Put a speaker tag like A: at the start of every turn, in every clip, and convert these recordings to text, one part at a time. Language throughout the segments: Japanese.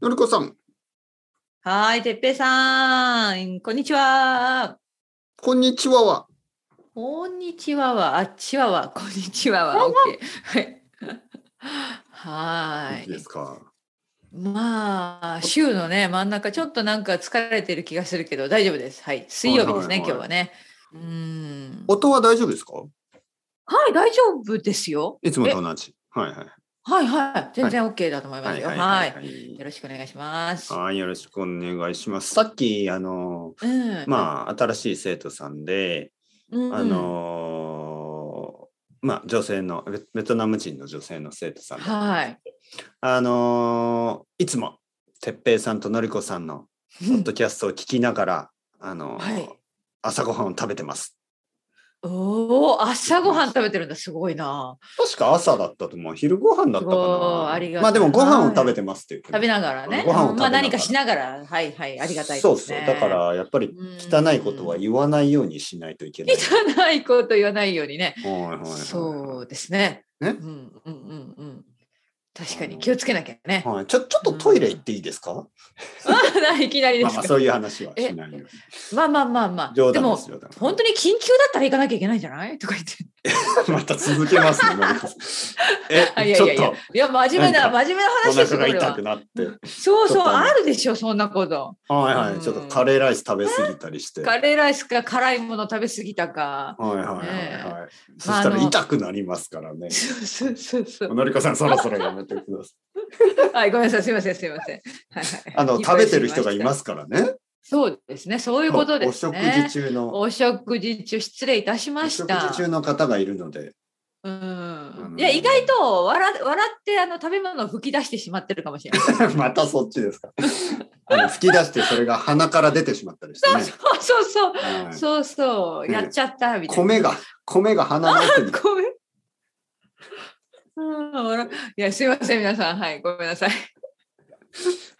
A: のりこさん、
B: はい、てっぺいさん、こんにちは。
A: こんにちはは。
B: こんにちはは、あ、ちわは、こんにちはは、オッケー。はい。はいい
A: い。ですか。
B: まあ、週のね、真ん中、ちょっとなんか疲れてる気がするけど、大丈夫です。はい。水曜日です
A: は
B: ね、
A: いはいはい
B: 今日はね。うーん。
A: 音は大丈夫ですか
B: はい、大丈夫ですよ。
A: いつもと同じ。はいはい。
B: はいはい。全然 OK だと思いますよ。はい。
A: い
B: よろしくお願いします。
A: はい、よろしくお願いします。さっき、あの、
B: うん。
A: まあ、新しい生徒さんで、
B: うん、
A: あのーまあ、女性のベ、ベトナム人の女性の生徒さんで、
B: はい。
A: あのーいつも、てっぺいさんとのりこさんのポッドキャストを聞きながら、あのー
B: はい
A: 朝ごはんを食べてます。
B: おお、朝ごはん食べてるんだ。すごいな。
A: 確か朝だったと思う。昼ご飯だったか
B: すごい
A: な。
B: ありがたい
A: まあでもご飯を食べてますっていう。
B: 食べながらね。
A: ご飯を食べながら
B: うんまあ何かしながら、はいはい、ありがたい
A: そう
B: で
A: そ
B: す
A: う。
B: ね。
A: だか、らやっぱり汚いことは言わないようにしないといけない。
B: 汚いこと言わないようにね。
A: はいはいはい
B: そうですね。
A: ね
B: うんうんうんうん。確か
A: あ
B: に
A: の
B: 気をつけなきゃね。
A: はい、ちょちょっとトイレ行っていいですか、
B: いきなりで
A: ますあ
B: か
A: まあそういう話はしないように。
B: まあまあまあまあ。
A: 冗
B: で
A: 談で
B: も
A: すよ。
B: 本当に緊急だったら行かなきゃいけないんじゃないとか言って。
A: にまた続けます ね。のりこさ
B: あ
A: ん
B: い
A: え、
B: や
A: ちょっ
B: いやいや
A: と。
B: いや真面目
A: な
B: なん
A: か
B: 真面目な
A: お
B: 話です
A: 腹
B: よこ
A: が痛
B: れは
A: く。なって。
B: そう
A: ち
B: そ
A: ょ
B: う
A: っとあの
B: あるでしょそんなこと。
A: はいは
B: うん
A: い。ちょっとカレーライス食べ過ぎたりして。は
B: カ
A: い
B: レーライスか辛いもの食べ過ぎたか。
A: はいはいはい。
B: ね
A: そした
B: まあ
A: ら
B: あの
A: 痛くなりますから ね。
B: そうそうそうそう。
A: のりこさんそろそろやめてください。
B: はいごめんなさいすみませんすみません。はいはい。
A: あの食べてる人がいますすからね。
B: そうですねそういうことですね。
A: お食事中の
B: お食事中失礼いたしま
A: お
B: し
A: 食
B: た。
A: 事中の方がいるので、
B: うん
A: の
B: いや意外と笑笑ってあの食べ物を吹き出してしまってるかもしれない。
A: またそっちですか。あの吹き出してそれが鼻から出てしまったりしてね。
B: そうそう
A: はい
B: そうそう
A: ね
B: やっちゃったみたいな。
A: 米が米が鼻の奥に。
B: ごめん。うん笑いやすいません皆さんはいごめんなさい。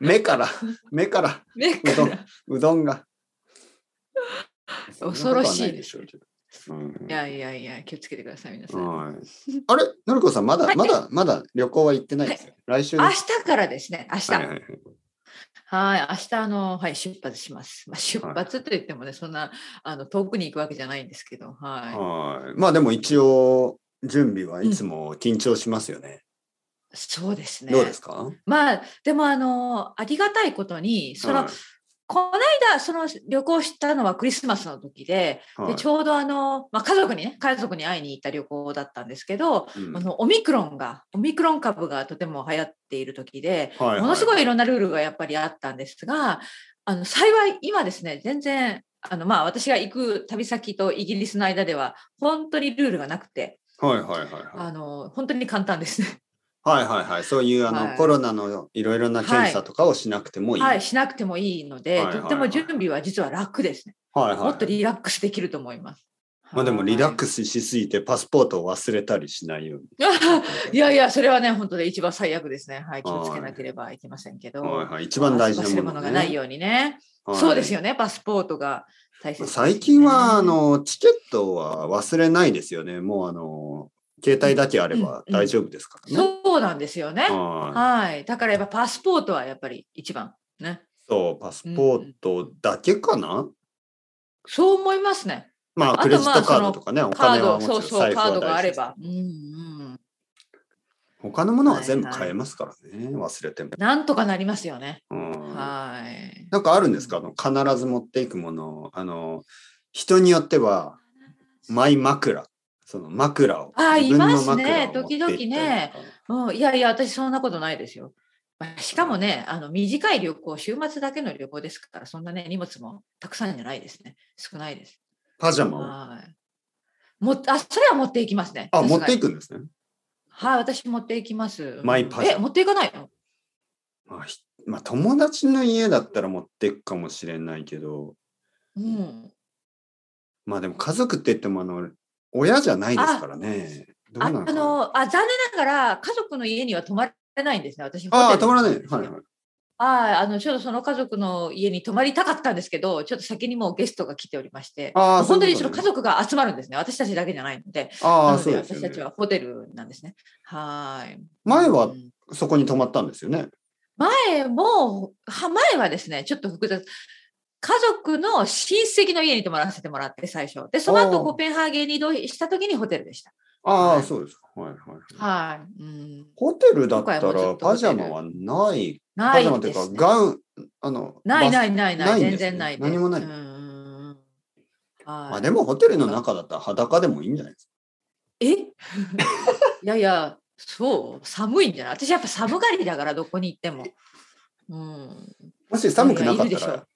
A: 目から目から
B: 目か
A: うどん
B: ら
A: うどんが。
B: 恐ろし
A: そんなことはない
B: いで
A: でしょう
B: い
A: けど。
B: やいやいや気をつけてください皆さ。
A: うんはい。あれのりこさんまだまだまだ旅行は行ってないですよ。来週
B: 明
A: です。
B: 日からですね明日
A: はい
B: は
A: はいはい。
B: い明日あのはい出発します。まあ出発といってもねそんなあの遠くに行くわけじゃないんですけどはい。
A: はい。まあでも一応準備はいつも緊張しますよね。
B: そうですね。
A: どうですか。
B: まあでもあのありがたいことにその、
A: はい
B: この間その旅行したのはクリスマスの時で,、
A: はい
B: でちょうどあの、まあ、家族にね家族に会いに行った旅行だったんですけど、
A: うん
B: あのオミクロンがオミクロン株がとても流行っている時で
A: はいはい
B: ものすごいいろんなルールがやっぱりあったんですがあの幸い今ですね全然あのまあ私が行く旅先とイギリスの間では本当にルールがなくて
A: はいはいはいはい
B: あの本当に簡単ですね。
A: はいはいはいそういうあの、
B: はい
A: コロナのいろいろな検査とかをしなくてもいい、
B: はい、しなくてもいいので、
A: はいはいはい
B: とっても準備は実は楽ですね。
A: はいはい
B: もっとリラックスできると思います。
A: まあでもリラックス
B: ス。
A: しすぎてパスポートを忘れたりしないように
B: いやいや、それはね、本当で一番最悪ですね。はい、気をつけなければいけませんけど。
A: はいはい一番大事
B: 忘
A: なも
B: れ物
A: の,、
B: がないようにね。
A: はい
B: そうですよね、パスポートが大切ですね、
A: 最近はあのチケットは忘れないですよねもうあの携帯だけあれば
B: うんうん
A: 大丈夫ですからね、
B: そうなんですよね。
A: はい
B: はい、だからやっぱパスポートはやっぱり一番ね。
A: そうパスポートだけかな、
B: そう思いますね。
A: ま
B: あ
A: あ
B: と
A: クレジッ
B: まあ
A: トカードとかねお
B: カー
A: 金
B: ド、
A: はもち
B: そ
A: ろ
B: うんそう、
A: 財布
B: カ
A: は
B: ー
A: 大
B: ドが
A: 事
B: あれ
A: です
B: ば。うんうん。
A: 他のものは全部買えますからね、忘れても、
B: なんとかなりますよね。
A: うん
B: はい。
A: なんかあるんですかあの必ず持っていくものあの人によってはマイ枕その枕を
B: あー
A: 自分の
B: いますね
A: 枕を持っていったりとか
B: 時々ねうん、いやいや、私そんなことないですよ。まあしかもね、あの短い旅行、週末だけの旅行ですから、そんなね、荷物もたくさんじゃないですね。少ないです。
A: パジャマを
B: はい。もあ、それは持っていきますね。
A: あ持ってい
B: く。
A: くんですね、
B: はい、私持っていきます。
A: マイパジャマ
B: え、持っていかないの
A: まあひまあ、友達の家だったら持っていくかもしれないけど
B: うん。
A: まあでも家族って言ってもあの親じゃないですからねどう
B: あ
A: な
B: あ
A: のかな
B: のあ、残念ながら、家族の家には泊まれないんですね。私、
A: あ
B: ホ
A: あ
B: テ
A: 止
B: ル
A: まらな
B: な
A: んい、
B: で
A: は
B: すよ
A: いはい、
B: はい、あのちょっとその家族の家に泊まりたかったんですけど、ちょっと先にもうゲストが来ておりまして、
A: あー
B: もう本当に
A: そ
B: そう
A: いう
B: の
A: こと
B: 家
A: ね
B: 族が集まるんですね。私たちだけじゃないので、
A: あ
B: な
A: あ
B: の
A: そ
B: で
A: うです
B: 私た
A: よ
B: ち
A: ね
B: はホテルなんですね。はーい。
A: 前は
B: うん
A: そこに泊まったんですよね
B: 前も、は前はですね、ちょっと複雑。家族の親戚の家に泊まらせてもらって、最初。で、その
A: お
B: 後、
A: ー
B: コペンハーゲンに移動した時にホテルでした。
A: あ
B: は
A: あ、
B: い
A: そうですか。はいはい。はい、
B: はい。うん。
A: ホテルだった
B: 今回もず
A: ら
B: っとホ
A: パ
B: テ
A: ジャ
B: ル
A: マはない。
B: な
A: パジャマ
B: い
A: という
B: で
A: か
B: す、ね、
A: ガウン、あの、
B: ない
A: バス
B: ないないない、
A: ないんですね
B: 全然ないです。
A: 何もない
B: うんうんうんはい
A: あでもホテルの中だったら裸でもいいんじゃないですか。
B: え いやいや、そう、寒いんじゃない私やっぱ寒がりだから、どこに行っても。うん。
A: もし寒くなかっ
B: いやいるで
A: た
B: しょ
A: ら
B: う、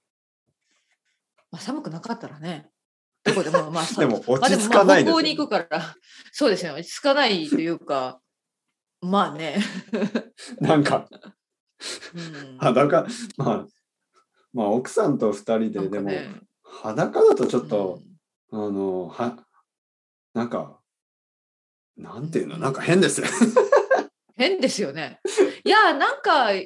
B: まあ、寒くなかったらね。どこでも、ま あ、
A: で
B: 寒
A: も
B: まあ
A: 落
B: で
A: ち
B: も
A: 着
B: ま
A: か
B: あ
A: ないです
B: 北
A: よ
B: 欧
A: ね
B: に行くから、そうですね、落ち着かないというか、まあね。
A: なんか
B: うん
A: 裸、まあ、まあ奥さんと二人で、
B: なん
A: で
B: か
A: も
B: ね
A: 裸だとちょっ
B: う
A: と、
B: ん
A: あの、は、なんか、なんていうの、
B: うん
A: なんか変ですね。
B: 変ですよね。いや、なんか、やっぱり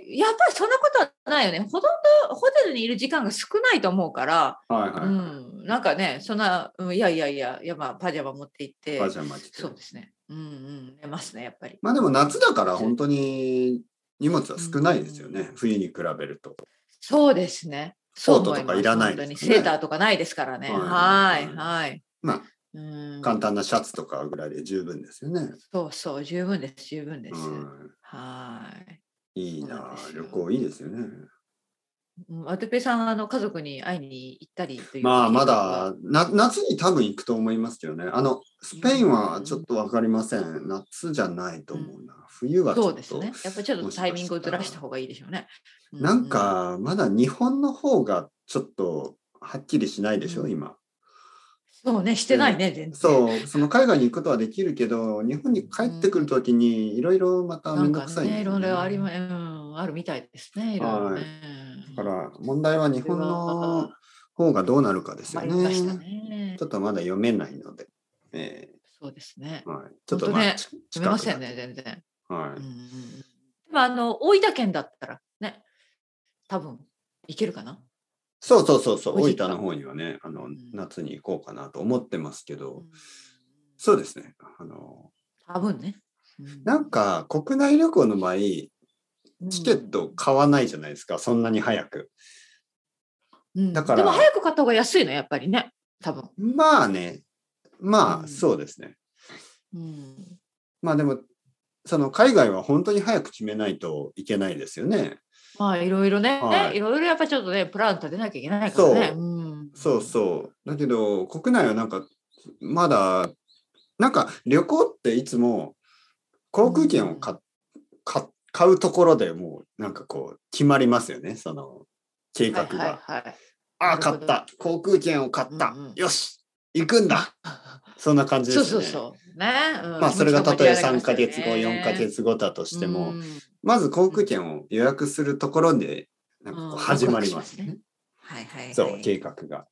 B: そんなことはないよね。ほとんどホテルにいる時間が少ないと思うから、
A: はいうは
B: ん、なんかね、そんな、うんいやいやいや、いやまあ、パジャマ持って行
A: い。
B: って
A: パ、ジャマ着て
B: そう。ですね。うんうん、寝ますね、やっぱり。
A: まあでも夏だから本当に荷物は少ないですよね。
B: うん
A: 冬に比べると。
B: そうですね。
A: コ
B: そ
A: ー
B: う
A: ト
B: 思
A: と
B: い
A: か
B: ます
A: いらない
B: 本当
A: で
B: に
A: すよね
B: セーターとかないですからね。
A: は
B: はいい、はい。
A: まあ
B: うん、
A: 簡単なシャツとかぐらいで十分ですよね。
B: そうそう、十分です、十分です。
A: うん、
B: はい。
A: いい
B: そうなん
A: な
B: ですよ
A: 旅行いいですよね。
B: うんアトペさん、あの家族に会いに行ったりという。
A: まあまだな夏に多分行くと思いますけどね。あのスペインはちょっとわかりません。夏じゃないと思うな。冬はちょ
B: そ
A: っ
B: うです
A: と。
B: ね。やっぱりちょっとタイミングをずらした方がいいでしょうね。
A: なんかまだ日本の方がちょっとはっきりしないでしょ、
B: うん
A: 今。
B: うん、そうね、してないね、全然。
A: そう、その海外に行くことはできるけど、日本に帰ってくるときにいろいろまた
B: な
A: めん
B: ん
A: ど
B: か
A: くさい
B: ね、いろいろあり
A: ま
B: ま、うん、あるみたいですね。いろいろ
A: は
B: ね
A: いだから問題は日本の方がどうなるかですよ
B: 困りました
A: ね。
B: ね
A: ちょ。っとまだ読めないので。え
B: そうですね
A: ー。はい、ちょっとまあ、
B: 本当ね
A: ち
B: 読めません。ね、
A: 近
B: 全然。
A: くは
B: う
A: い
B: んうんうんでもあの大分県だったらね、多分いけるかな。
A: そうそうそうそう、
B: 美
A: 大
B: 味しい
A: 分
B: か
A: の方にはね、あの
B: ん
A: 夏に行こうかなと思ってますけど、
B: うん
A: そうですね。あの
B: 多分ね。う
A: なんか国内旅行の場合、チケットを買わないじゃないですか、そんなに早く。
B: うん
A: だから
B: でも早く買った方が安いの、やっぱりね、多分。
A: まあね、ま
B: う
A: あ
B: ん
A: そうですね。
B: うん
A: まあでも、その海外は本当に早く決めないといけないですよね。
B: まあいろいろね、
A: はい
B: い、ろいろやっぱちょっとね、プラン立てなきゃいけないからね。
A: そ
B: うん
A: そうそう。だけど、国内はなんか、まだ、なんか旅行っていつも航空券を買,、買買うところでもう、なんかこう、決まりますよね、その計
B: は
A: 画
B: い
A: が。
B: はいはい。
A: ああ、
B: なる
A: 買
B: ほ
A: っ
B: ど
A: た。航空券を買った。
B: うんうん
A: よし、行くん だ。そんな感じです
B: そ
A: よ
B: う
A: ね。
B: そうそう。ね。うん
A: まあ、それがたとえ3ヶ月後、
B: 盛り上がり
A: 4
B: ま
A: ヶ
B: したよね
A: 月後だとしても、
B: うん
A: まず航空券を予約するところで、なんかこう
B: うん
A: 始まりますよね。
B: はいはいはい。
A: そう、計画が。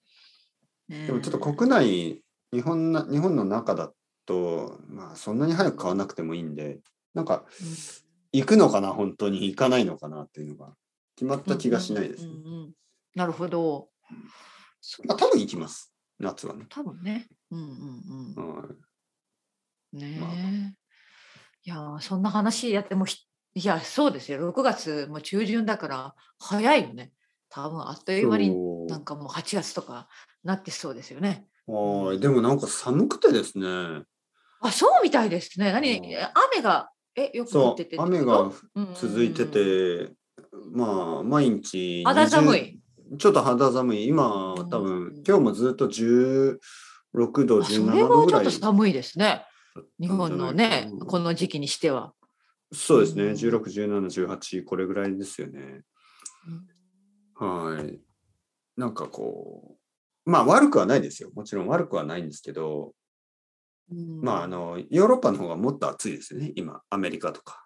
B: うん
A: でもちょっと国内、日本な日本の中だと、まあ、そんなに早く買わなくてもいいんで、なんか、行くのかな、本当に行かないのかなっていうのが、決まった気がしないです
B: う
A: ね。
B: んうんうんうんなるほど。そう
A: まあ、多分行きます、夏はね。
B: 多分ね。うんうん
A: う
B: うんん。
A: まあ
B: ねえ。いやー、そんな話やってもひ、いや、そうですよ。6月も中旬だから、早いよね。多分あっという間に、
A: そう
B: なんかもう8月とかなってそうですよね。
A: はいでもなんか寒くてですね、
B: あ、そうみたいですね。
A: うん
B: 何、雨が、え、よく降
A: そ
B: っててって
A: う、
B: こと。
A: 雨が
B: うんうんうん
A: 続いて。て、まあ、毎日、
B: 肌寒い。
A: ちょっと肌寒い。今、多
B: う
A: 分
B: ん、
A: 今日もずっと16度、
B: あそ
A: 17
B: れ
A: 度
B: は
A: ぐ
B: ち
A: ら
B: ょっ
A: い
B: と。寒いですね。日本のね
A: うん、
B: この時期にしては。
A: そうですね。
B: うん
A: 16、17、18、これぐらいですよね。はい。なんかこう、まあ悪くはないですよ。もちろん悪くはないんですけど、まああの、ヨーロッパの方がもっと暑いですよね。今、アメリカとか。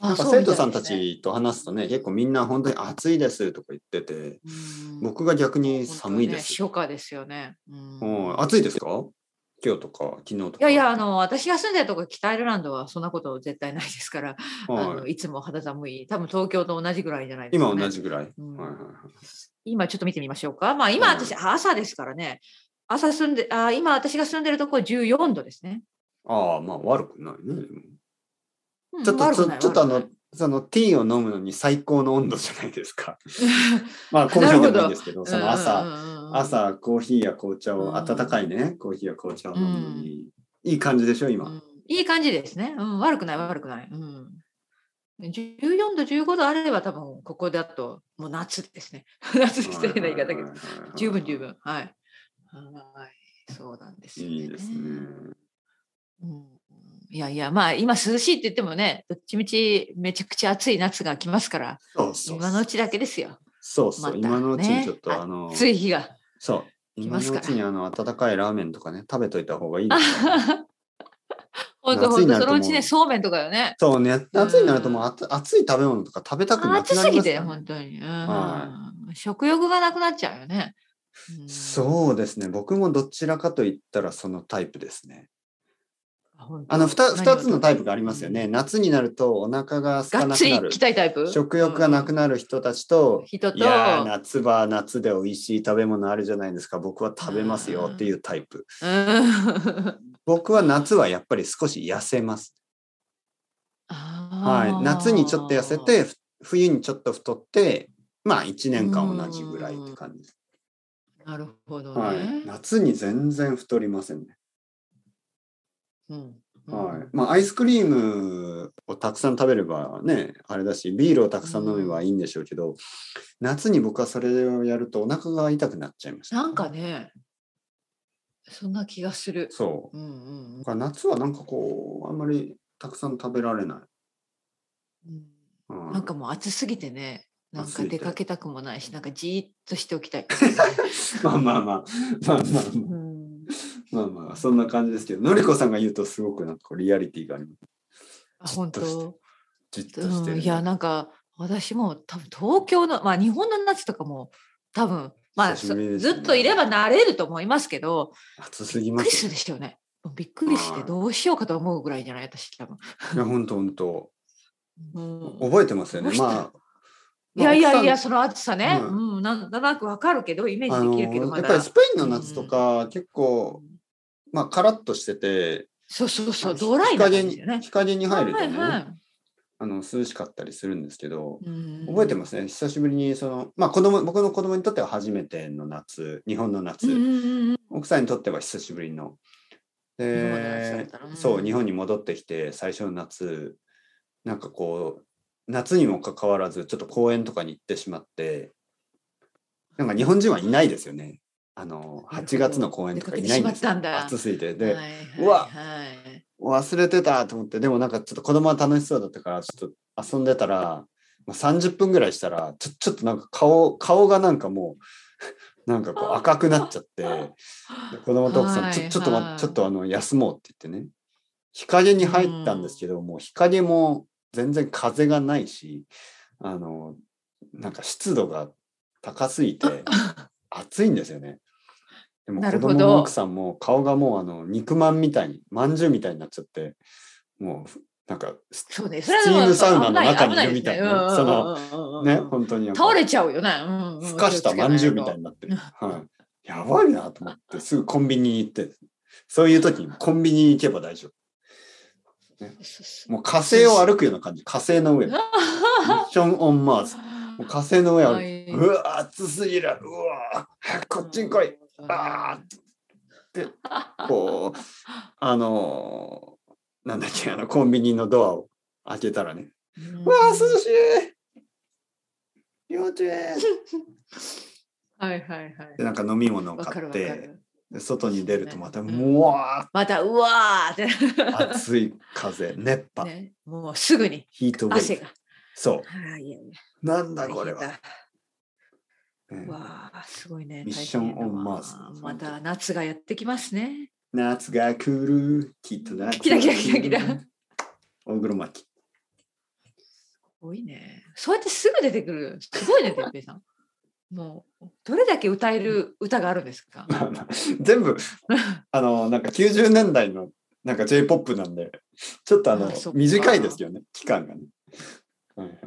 B: あ、
A: まあ生徒さんたちと話すとね、結構みんな本当に暑いですとか言ってて、僕が逆に寒いです。
B: 初夏ですよね。うん
A: うん暑いですか今日とか昨日とか。
B: いやいや、あの、私が住んでるとこ、北アイルランドはそんなこと絶対ないですから、あ
A: はい
B: のいつも肌寒い。多分東京と同じぐらいじゃないですか、
A: 今
B: ね。
A: 同。じぐらい。
B: うん
A: はいはいはい
B: 今ちょっと見てみましょうか。まあ今
A: うん
B: 私、朝ですからね。朝住んで、あ今私が住んでるとこ14度ですね。
A: ああ、まあ悪くないね。
B: うん
A: ちょっと
B: 悪
A: ち
B: く
A: ょ
B: ない
A: ちょっとあ
B: 悪く
A: の
B: ない
A: そのティーを飲むのに最高の温度じゃないです か。まあ、コーヒーでもいいんですけど、その朝、
B: 朝
A: 朝コーヒーや紅茶
B: う
A: を
B: ん
A: 温かいねコーヒーや紅茶を飲むのに、いい感じでしょ今、
B: いい感じですね、うん、悪くない悪くない、うん、14度15度あれば多分ここだともう夏ですね 夏失礼な言い方だけど十分十分はいはいそうなんですよね
A: いいですね
B: うん、いやいやまあ今涼しいって言ってもねどっちみちめちゃくちゃ暑い夏が来ますから
A: そうそう
B: 今のうちだけですよ
A: そうそう、
B: またね
A: 今のうちにちょっと、あの
B: 暑い日が
A: そう
B: 来
A: 今
B: ます
A: の
B: か
A: う
B: ら
A: ちにあの温かいラーメンとかね食べといた方がいいです よね、
B: 本当
A: 夏に
B: 本
A: なる
B: 当そ
A: と
B: の
A: もう
B: うちねそうめんとかよね
A: そうね夏になるともうあつ熱い食べ物とか食べたくなく
B: 暑
A: な
B: す
A: り
B: ぎ
A: ます
B: て
A: からね
B: 本当に、うん
A: は
B: 食欲がなくなっちゃうよね、うん
A: そうですね僕もどちらかといったらそのタイプですね
B: 本当
A: あの 2,
B: 何を
A: 二つのタイプがありますよね、夏になるとお腹が空か
B: が
A: な
B: っ
A: く
B: つり
A: な
B: 行
A: る
B: きたいタイプ
A: 食欲がなく
B: な
A: なる人たちと、
B: 人と
A: いやー夏場は夏で美味しい食べ物あるじゃないですか僕は食べますよっていうタイプ
B: うん
A: 僕は夏はやっぱり少し痩せます、は、
B: はい
A: 夏にちょっと痩せてふ冬にちょっと太ってまあ1年間同じぐらいって感じです、
B: なるほどね、
A: はい、夏に全然太りませんね、
B: うん
A: はいまあ、アイスクリームをたくさん食べればねあれだしビールをたくさん飲めばいいんでしょうけど夏に僕はそれをやるとお腹が痛くなっちゃいました
B: なんかねそんな気がする
A: そう
B: うんうん
A: だから夏はなんかこうあんまりたくさん食べられない、
B: うん
A: うん
B: なんかもう暑すぎてねなん
A: 暑す
B: か
A: ぎて
B: 出かけたくもないしなんかじーっとしておき たい、
A: まあまあまあまあまあ
B: うん
A: まあまあまあそんな感じですけどのりこさんが言うとすごくなんかこうリアリティがあります
B: あ本
A: じっと
B: 当
A: じっとしてる、
B: うん、いやなんか私も多分東京のまあ日本の夏とかも多分まあ、
A: 久しぶりですね
B: ずっといれば慣れると思いますけど
A: 暑すぎ
B: びっ
A: ま
B: くりす
A: す
B: るでしょうねもうびっくりして
A: はい
B: どうしようかと思うぐらいじゃない私多分、
A: いや本当本当
B: うん
A: 覚えてますよね
B: どうした
A: まあ
B: いやいやいや
A: ま
B: その暑さね、
A: う
B: うんなんとなくわかるけどイメ
A: あ
B: ー
A: 奥
B: ジ
A: さん
B: できるけど
A: あの
B: ま
A: やっ
B: だ
A: ぱりスペインの夏とか結構、まあカラッとしてて
B: そうそうそう
A: あの
B: ドラ
A: 日
B: イな
A: 陰
B: 感じ
A: に
B: だよね
A: 日陰に入ると
B: は
A: ね、
B: いは
A: あの涼しかったりするんですけど、
B: いうん
A: 覚えてますね久しぶりにその、まあ、子供僕の子供にとっては初めての夏日本の夏、
B: うんうんうん
A: 奥さんにとっては久しぶりの。
B: 日本の夏だ
A: で
B: ったらうん
A: そう日本に戻ってきて最初の夏なんかこう夏にもかかわらずちょっと公園とかに行ってしまってなんか日本人はいないですよねあの
B: なるほど
A: 8月の公園とかいないんです
B: 出かけてしまったんだ
A: 暑すぎてで、
B: はいはいう
A: わ
B: はい
A: 忘れてたと思ってでもなんかちょっと子供は楽しそうだったからちょっと遊んでたら、まあ、30分ぐらいしたらちょちょっとなんか顔顔がなんかもう なんかこう赤くなっちゃってで子供と奥さん、ち
B: はい
A: ょちょっと待っ
B: は
A: て
B: い
A: ちょっとあの休もうって言ってね日陰に入ったんですけど、もう日陰も全然風がないしあのなんか湿度が高すぎて暑いんですよね。でも
B: な
A: 子
B: るほ
A: 供
B: ど
A: の奥さんも顔がもうあの肉まんみたいにまんじゅうみたいになっちゃってもうなんかス
B: そうね、
A: ス
B: それは
A: チ
B: でも
A: ームサウナの
B: 危
A: 中
B: い
A: にいるみたいな
B: 危
A: そ
B: な
A: の
B: いですねうんうんうんうんうん
A: ね本当になんか
B: 倒れちゃうよね。うんうん
A: ふかしたまんじゅうみたいになってる、
B: 気をつけないと
A: はい、やばいなと思ってすぐコンビニに行ってそういう時にコンビニに行けば大丈夫もう火星を歩くような感じ火星の 上ミッション・オン・マーズもう火星の上歩いて
B: はいう
A: わ暑すぎるうわ早くこっちに来い。あーってこうあのーなんだっけあのコンビニのドアを開けたらね「うわー涼しい幼稚園!」
B: はいはいはい。
A: でなんか飲み物を
B: わか
A: 買
B: る
A: っ
B: わか
A: て
B: る。
A: で外に出るとまた
B: うん
A: もわーっ
B: またうわーって
A: と暑い 風熱波、
B: ね、もうすぐに
A: ヒートウェ
B: 汗
A: イブ
B: が。
A: そ
B: はいいやいや
A: うなんだこれは、ね
B: うわあすごいね。
A: ミッションオンマーズ
B: 大変だわまた夏がやってきますね。
A: 夏が来るきっと夏が
B: 来た来た来た来た
A: 来る大黒摩季
B: すごいね。そうやってすぐ出てくる。すごいね、てっぺいさん。もう、どれだけ歌える歌があるんですか
A: まあまあ 全部あのなんか90年代のなんか J-POP なんでちょっとあの
B: あそっか
A: 短いですよね期間がね。はいはい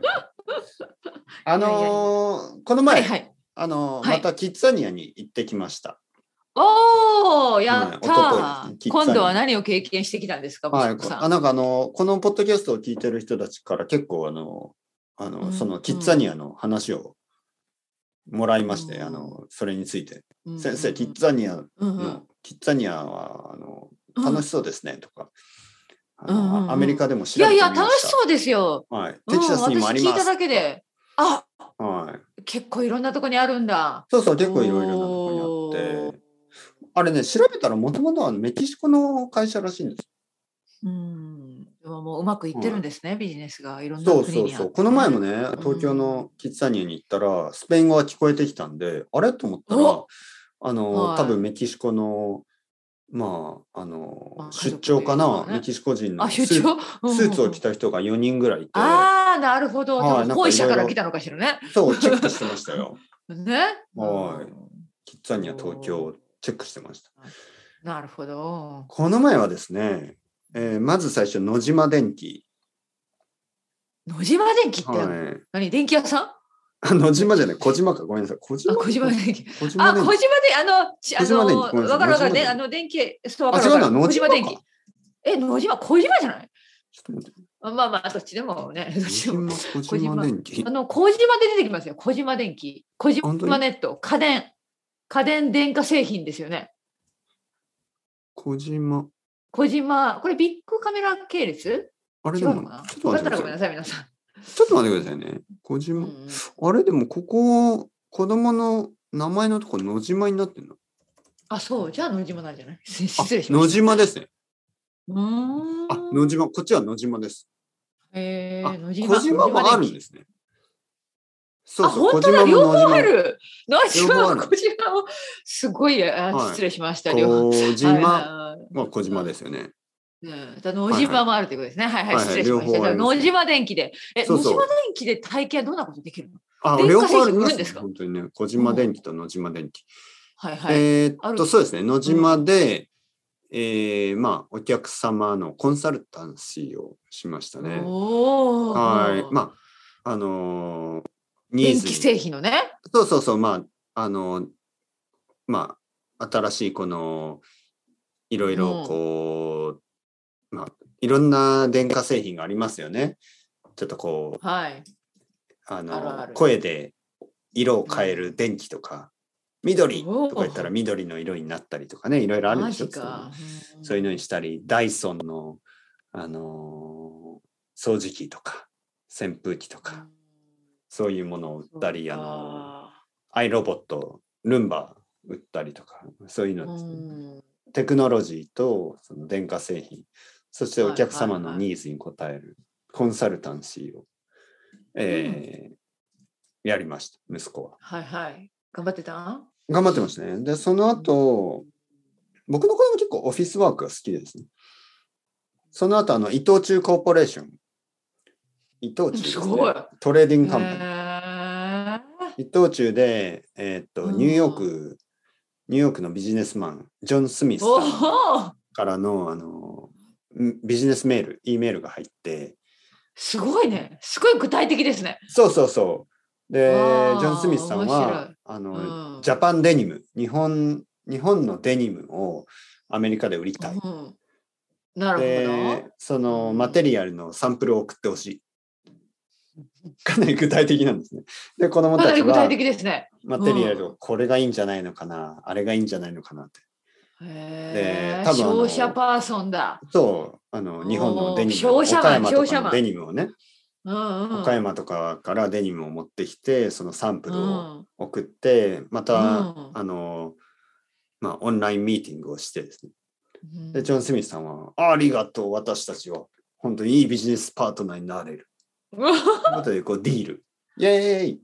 A: あのーこの前、
B: はいはい。
A: あのー
B: はい
A: またキッザニアに行ってきました。
B: おおやった
A: まあ一昨日
B: ー今度は何を経験してきたんですか、
A: はい、
B: 息子
A: こ
B: さん
A: あなんかあのこのポッドキャストを聞いてる人たちから結構あのあの、
B: うん
A: そのキッザニアの話をもらいまして、
B: うん
A: あのそれについて、
B: うんうん
A: 先生キッザニアの、
B: うんうん
A: キッザニアはあの
B: うん
A: 楽しそうですねとか、あ
B: うんうんうん
A: のアメリカでも調
B: い
A: べ
B: や
A: て
B: い
A: みま
B: や、
A: した
B: 楽しそうですよ。
A: はい、テキサスにもあり
B: うん、私聞
A: ま
B: いた
A: す、
B: だけで。あ
A: はい、
B: 結構いろんなとこにあるんだ。
A: そうそう結構いろいろなとこにあってあれね調べたらもともとはメキシコの会社らしいんです
B: うん。でももううまくいってるんですね、ビジネスがいろんな
A: そう
B: 国
A: そう
B: にあって
A: そう。この前もね、東京のキッザニアに行ったら、スペイン語が聞こえてきたんで、あれと思ったら
B: お、
A: あの、
B: はい
A: 多分メキシコの、まあ、あの、
B: あ
A: 出張か
B: 家
A: な、
B: 族でね
A: メキシコ人の
B: あ、
A: スー
B: 出
A: ツ
B: 張
A: スーツを着
B: て。
A: た人が4人ぐらいいて、
B: ああ、なるほど。
A: はいな
B: 多
A: んかいろ
B: 分
A: いろ
B: 本社から来たのかしらね。
A: そう、チェックしてましたよ。
B: ね。
A: はい
B: うん
A: キッザニア東京をチェックしてました。
B: なるほど。
A: この前はですね、えーまず最初、野島電機。
B: 野島電機って、
A: はい
B: 何電気屋さんあ、
A: あ。野島じゃない、小島か。ごめんなさい。小島
B: 小島電機。
A: 小島
B: あ、小
A: 電
B: 島
A: 機
B: 電機、あの、ちあ
A: 小島電機
B: の、わ
A: ごめんなさい
B: かるわか
A: 野島
B: る。
A: 電
B: で
A: 機
B: あの、電気、そうわ
A: あ、
B: か
A: 違
B: るわ
A: う
B: か
A: な、
B: る。
A: 野
B: 小
A: 島
B: 島
A: か。
B: 電機。え、野島、小島じゃない
A: ちょっと待って
B: あまあまあ、どっちでもね、どっちでも。
A: 小島電機
B: あの、小島で出てきますよ。小島電機。小
A: 本当
B: 島
A: に
B: ネット。家電。家電電化製品ですよね。
A: 小島
B: 小島、これビッグカメラ系列
A: あれ
B: 違
A: で
B: う
A: も
B: のか
A: ちょっと
B: なだ
A: 待
B: っ
A: ってく
B: たら
A: だ
B: ごめ
A: さ
B: んないさい、皆さ
A: ちょっと待ってくださいね小
B: ん。
A: 島、
B: うん
A: あれでもここ子供の名前のとこ野島になってんの
B: あ、そう。じゃあ、野島なんじゃない
A: あ
B: 失礼しま
A: 野
B: した。
A: 島ですね
B: うーん
A: あ野島こっちは野島です
B: え
A: あ
B: ー、野島
A: 小島もあるん
B: す。
A: ですねそうそう小
B: あ、本当
A: 島
B: だ、
A: も
B: 両
A: 野
B: 方
A: 島
B: ある。野島
A: 両方ある
B: も小島も、すごい、あ
A: はい
B: 失礼しました、両方。
A: 小島
B: はいはい
A: まあ小島ですよね
B: うん、だから野島もあるということですね。はいは
A: は
B: い、
A: いはい
B: 失礼し
A: 両
B: ました。
A: 方
B: じ
A: あ
B: ゃ
A: り
B: あ、
A: ます
B: 野島電機で。え、
A: そうそう
B: 野島電機で体験はどんなことできるの
A: あ
B: 電化
A: 両方あ
B: 製
A: る
B: 品
A: ん
B: 売
A: で
B: るんですすか
A: 本当にね小島電機と野島電機、
B: はいはい。
A: えー
B: あ
A: っ
B: る
A: とそうですね野島で、えーまあお客様のコンサルタンシーをしましたね
B: おー
A: はい。まあ、あのーニー
B: 電
A: ズ
B: 気
A: に
B: 製品のね。
A: そうそうそう、まあ、あのーまあ、新しいこの、いろいろこう、まあ、いろんな電化製品がありますよね。ちょっとこう、
B: はい。
A: あのー
B: あるある
A: 声で色を変える電気とか、緑とか言ったら
B: お
A: 緑の色になったりとかね、いろいろある
B: マ
A: でしょ
B: ジか。ん
A: そういうのにしたり、ダイソンの、あのー掃除機とか、扇風機とか、そういうものを売ったり、あのーアイロボット、ルンバ売ったりとか、そういう
B: う
A: のですね、
B: ん
A: テクノロジーとその電化製品、そしてお客様
B: はい
A: の
B: はいはい
A: ニーズに応えるコンサルタンシーを、えーやりました、息子は。
B: はいはい。頑張ってた
A: 頑張ってましたね。で、その後、僕の子供結構オフィスワークが好きですね。その後、あの、伊藤忠コーポレーション。伊藤忠ですすね、
B: ごい。
A: トレーディン
B: へ
A: グカンパニー。伊
B: ー
A: 藤忠で、えーっと、
B: うん
A: ニューヨーク、ニューヨークのビジネスマン、ジョン・スミス
B: お
A: さん
B: お
A: からの、あの、んビジネスメール、E メールが入って、
B: すごいね。すごい具体的ですね。
A: そうそうそう。で、
B: わあ
A: ジョン・スミスさん
B: 面
A: は
B: 白い、
A: あの、
B: うん
A: ジャパンデニム、日本、日本のデニムをアメリカで売りたい。
B: うんなる
A: で、その
B: うん
A: マテリアルのサンプルを送ってほしい。かなり具体的なんですね。で、子供
B: ほど。か
A: た
B: な
A: ち
B: り具
A: は
B: 体的ですね。
A: マテリアル
B: う
A: をこれがいいんじゃないのかな、あれがいいんじゃないのかなって。で
B: へー
A: 多分あの
B: 商社パーソンだ。
A: そう、あの、日本のデニム、
B: おー商社マン
A: 岡山と
B: 商社
A: か
B: マ
A: の
B: ン
A: デニムをね、
B: うんうん。
A: 岡山とかからデニムを持ってきて、そのサンプルを
B: うん
A: 送って、また、
B: うん
A: あの、まあ、オンラインミーティングをしてですね。
B: うん
A: で、ジョン・スミスさんは、ありがとう、私たちは、本当にいいビジネスパートナーになれる。ということで、こう、ディール。イェーイ、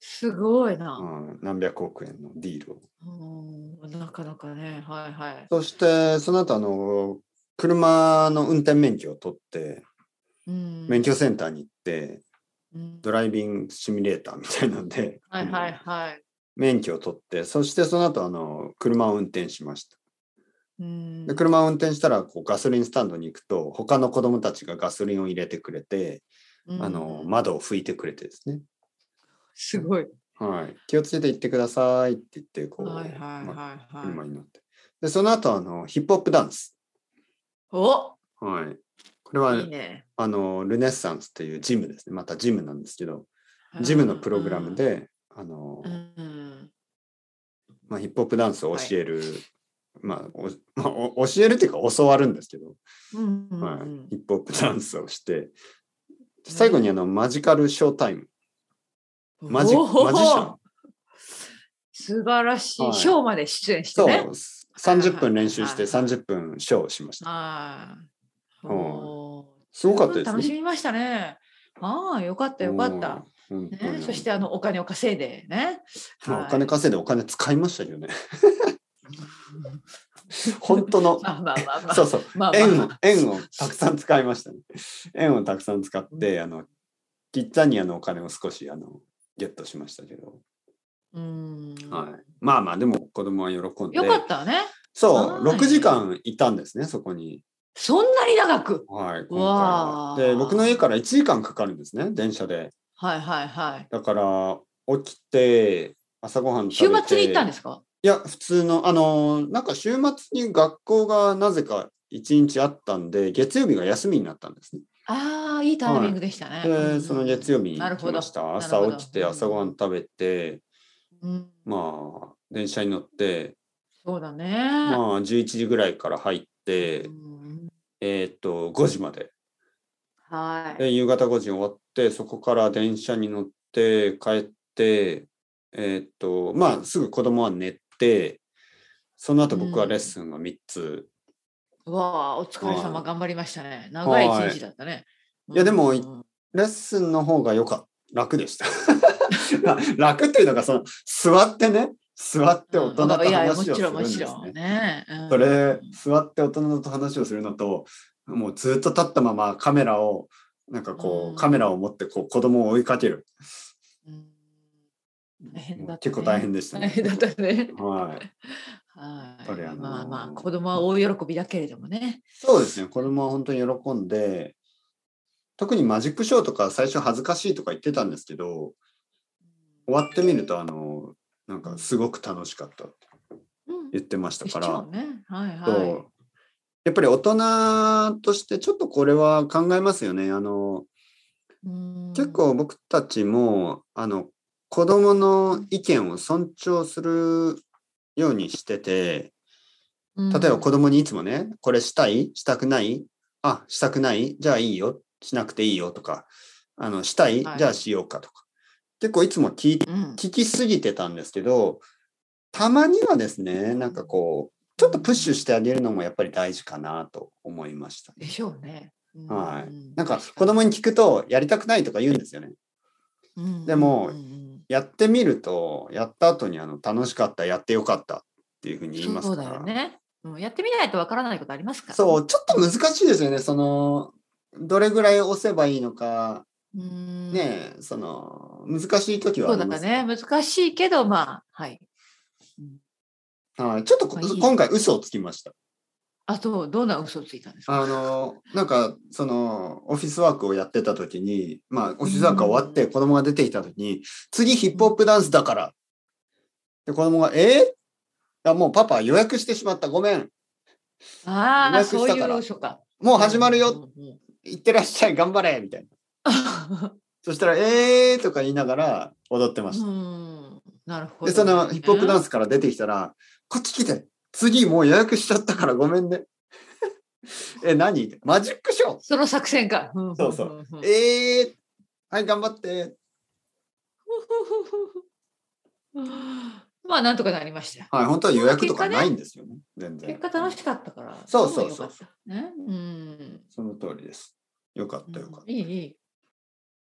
B: すごいうな。
A: ん、何百億円のディールを。
B: うんなかなかね。はいはい。
A: そして、その後、あの、車の運転免許を取って、免
B: 免
A: 許センターに行って、ドライビングシミュレーターみたいなので、
B: はいはい
A: あの
B: はい。
A: 免許を取って、そしてその後、あの、車を運転しました。
B: うん
A: で、車を運転したら、こう、ガソリンスタンドに行くと、他の子供たちがガソリンを入れてくれて、あの、
B: うん
A: 窓を拭いてくれてですね。
B: すごい。
A: はい、気をつけて行ってくださいって言って、こう、
B: はいはい
A: ま
B: はい
A: あ
B: はい。
A: 車に乗って。で、その後、あの、ヒップホップダンス。
B: お
A: はい。これは、
B: いいね。
A: あの、ルネッサンスっていうジムですね。またジムなんですけど、ジムのプログラムで、あの
B: う、ん、うん
A: まあ、ヒップホップダンスを教える、まあおまあお 教えるっていうか教わるんですけど、
B: うんうん
A: はい
B: うん
A: ヒップホップダンスをして最後にあのマジカルショータイム、マジ
B: おー
A: マジシャン
B: 素晴らしい、
A: はい
B: ショーまで出演して
A: そう
B: ね。
A: 30分練習して
B: はいはい
A: 30分ショーをしました
B: ああ。
A: はい
B: おー
A: すごかったですね
B: 楽しみましたね。ああ、よかったよかった。
A: うん本当
B: ね、
A: に
B: そしてあのお金を稼いでね。
A: まあ
B: はい
A: お金稼いでお金使いましたけ どね本当の
B: まあまあまあまあ。
A: そうそう
B: まあまあ
A: 円を円をたくさん使いましたね円をたくさん使ってあのキッザニアのお金を少しあのゲットしましたけど
B: うん。
A: はい、まあまあでも子供は喜んで
B: よかったね。
A: そう
B: はい
A: 6時間いたんですねそこに、
B: そんなに長く。
A: はい、今回
B: わ
A: は
B: あ
A: で僕の家から1時間かかるんですね電車で
B: はいはいはい。
A: だから起きて朝ごはん食
B: 週
A: べて
B: 末に行ったんですか
A: いや普通のあのなんか週末に学校がなぜか1日あったんで月曜日が休みになったんですね
B: ああ、いいタイミングでしたね。うんう
A: で
B: ん
A: その月曜日に
B: なる
A: 来
B: ほど
A: まし
B: な
A: た
B: るほ
A: 朝
B: ど
A: 起きて朝ごはん食べて
B: うん
A: まあ電車に乗って
B: そうだね。
A: まあ11時ぐらいから入って
B: うん
A: えーっと5時まで
B: はい。
A: で夕方5時に終わってそこから電車に乗って帰ってえーっとまあすぐ子供は寝てその後僕はレッスンが3つ、
B: わあ、お疲れ様、
A: はい
B: 頑張りましたね。長い一日だったね。
A: いやでも
B: うん
A: レッスンの方がよか楽でした まあ楽っていうのがその座ってね座って大人と
B: いやい
A: 話
B: や
A: を
B: も
A: する
B: ちろん
A: ん
B: も
A: で
B: ち
A: す
B: ろん
A: ね。
B: ね。うん
A: それ座って大人と話をするのともうずっと立ったままカメラをなんかこ
B: うん
A: うカメラを持ってこう子供を追いかける
B: うん大変だ
A: もう
B: ったね
A: 結構大変でしたね。
B: 大変だったね。
A: はい
B: は
A: ぱりあの
B: い。まあまあ、子供は大喜びだけれどもね。
A: そうですね、子供は本当に喜んで、特にマジックショーとか最初恥ずかしいとか言ってたんですけど、終わってみると、あの、なんかすごく楽しかったって
B: うん。
A: 言ってましたか
B: 一応
A: ら、
B: ね。はい
A: そう
B: は
A: やっぱり大人としてちょっとこれは考えますよね。あの、
B: いうん。
A: 結構僕たちも、あの、子供の意見を尊重するようにしてて、
B: うん、
A: 例えば子供にいつもね、これしたいしたくないあ、したくないじゃあいいよ。しなくていいよとか、あの、したい、
B: はい
A: じゃあしようかとか。結構いつも聞い
B: うん、
A: 聞きすぎてたんですけど、たまにはですね、なんかこう、ちょっとプッシュしてあげるのもやっぱり大事かなと思いました。
B: でしょうね。
A: はい
B: い
A: なんか子供に聞くと、やりたくないとか言うんですよね。でもやってみると、やった後にあの楽しかった、やってよかったっていうふうに言います
B: そう
A: から。
B: だよね。うんやってみないとわからないことありますからね。
A: そう、ちょっと難しいですよね。その、どれぐらい押せばいいのか、
B: うん。
A: ねえ、その、難しい時はあ
B: そう
A: り
B: だ
A: ま
B: か
A: す。
B: ね。難しいけど、まあ、はい。
A: はい、ちょっとこ
B: まあいい
A: 今回嘘をつきました。
B: あと、どんな嘘をついたんですか
A: あの、なんか、その、オフィスワークをやってた時に、まあ、オフィスワークが終わって
B: うん
A: 子供が出てきた時に、次ヒップホップダンスだから。で、子供が、えーいやもうパパ予約してしまった。ごめん。
B: ああ、
A: 予約し
B: そう
A: た
B: い
A: から
B: う嘘か。
A: もう始まるよ。
B: うんうんうん。
A: 行ってらっしゃい。頑張れ。みたいな。そしたら、えーとか言いながら踊ってました。
B: うんなるほ
A: で、
B: ど。
A: そのヒップホップダン
B: ス。
A: スから出てきたら、こっち来て、次もう予約しちゃったからごめんね。 え、何マジックショー
B: その作戦か。
A: そうそ
B: うんうんうん。
A: えー、はい、頑張って。
B: まあ、なんとかなりましたよ。
A: はい、本当は予約とかないんですよね。全然。
B: 結果楽しかったから。
A: そうそうそう
B: 良かったね。うん。
A: その通りです。よかったよかっ
B: いい、いい。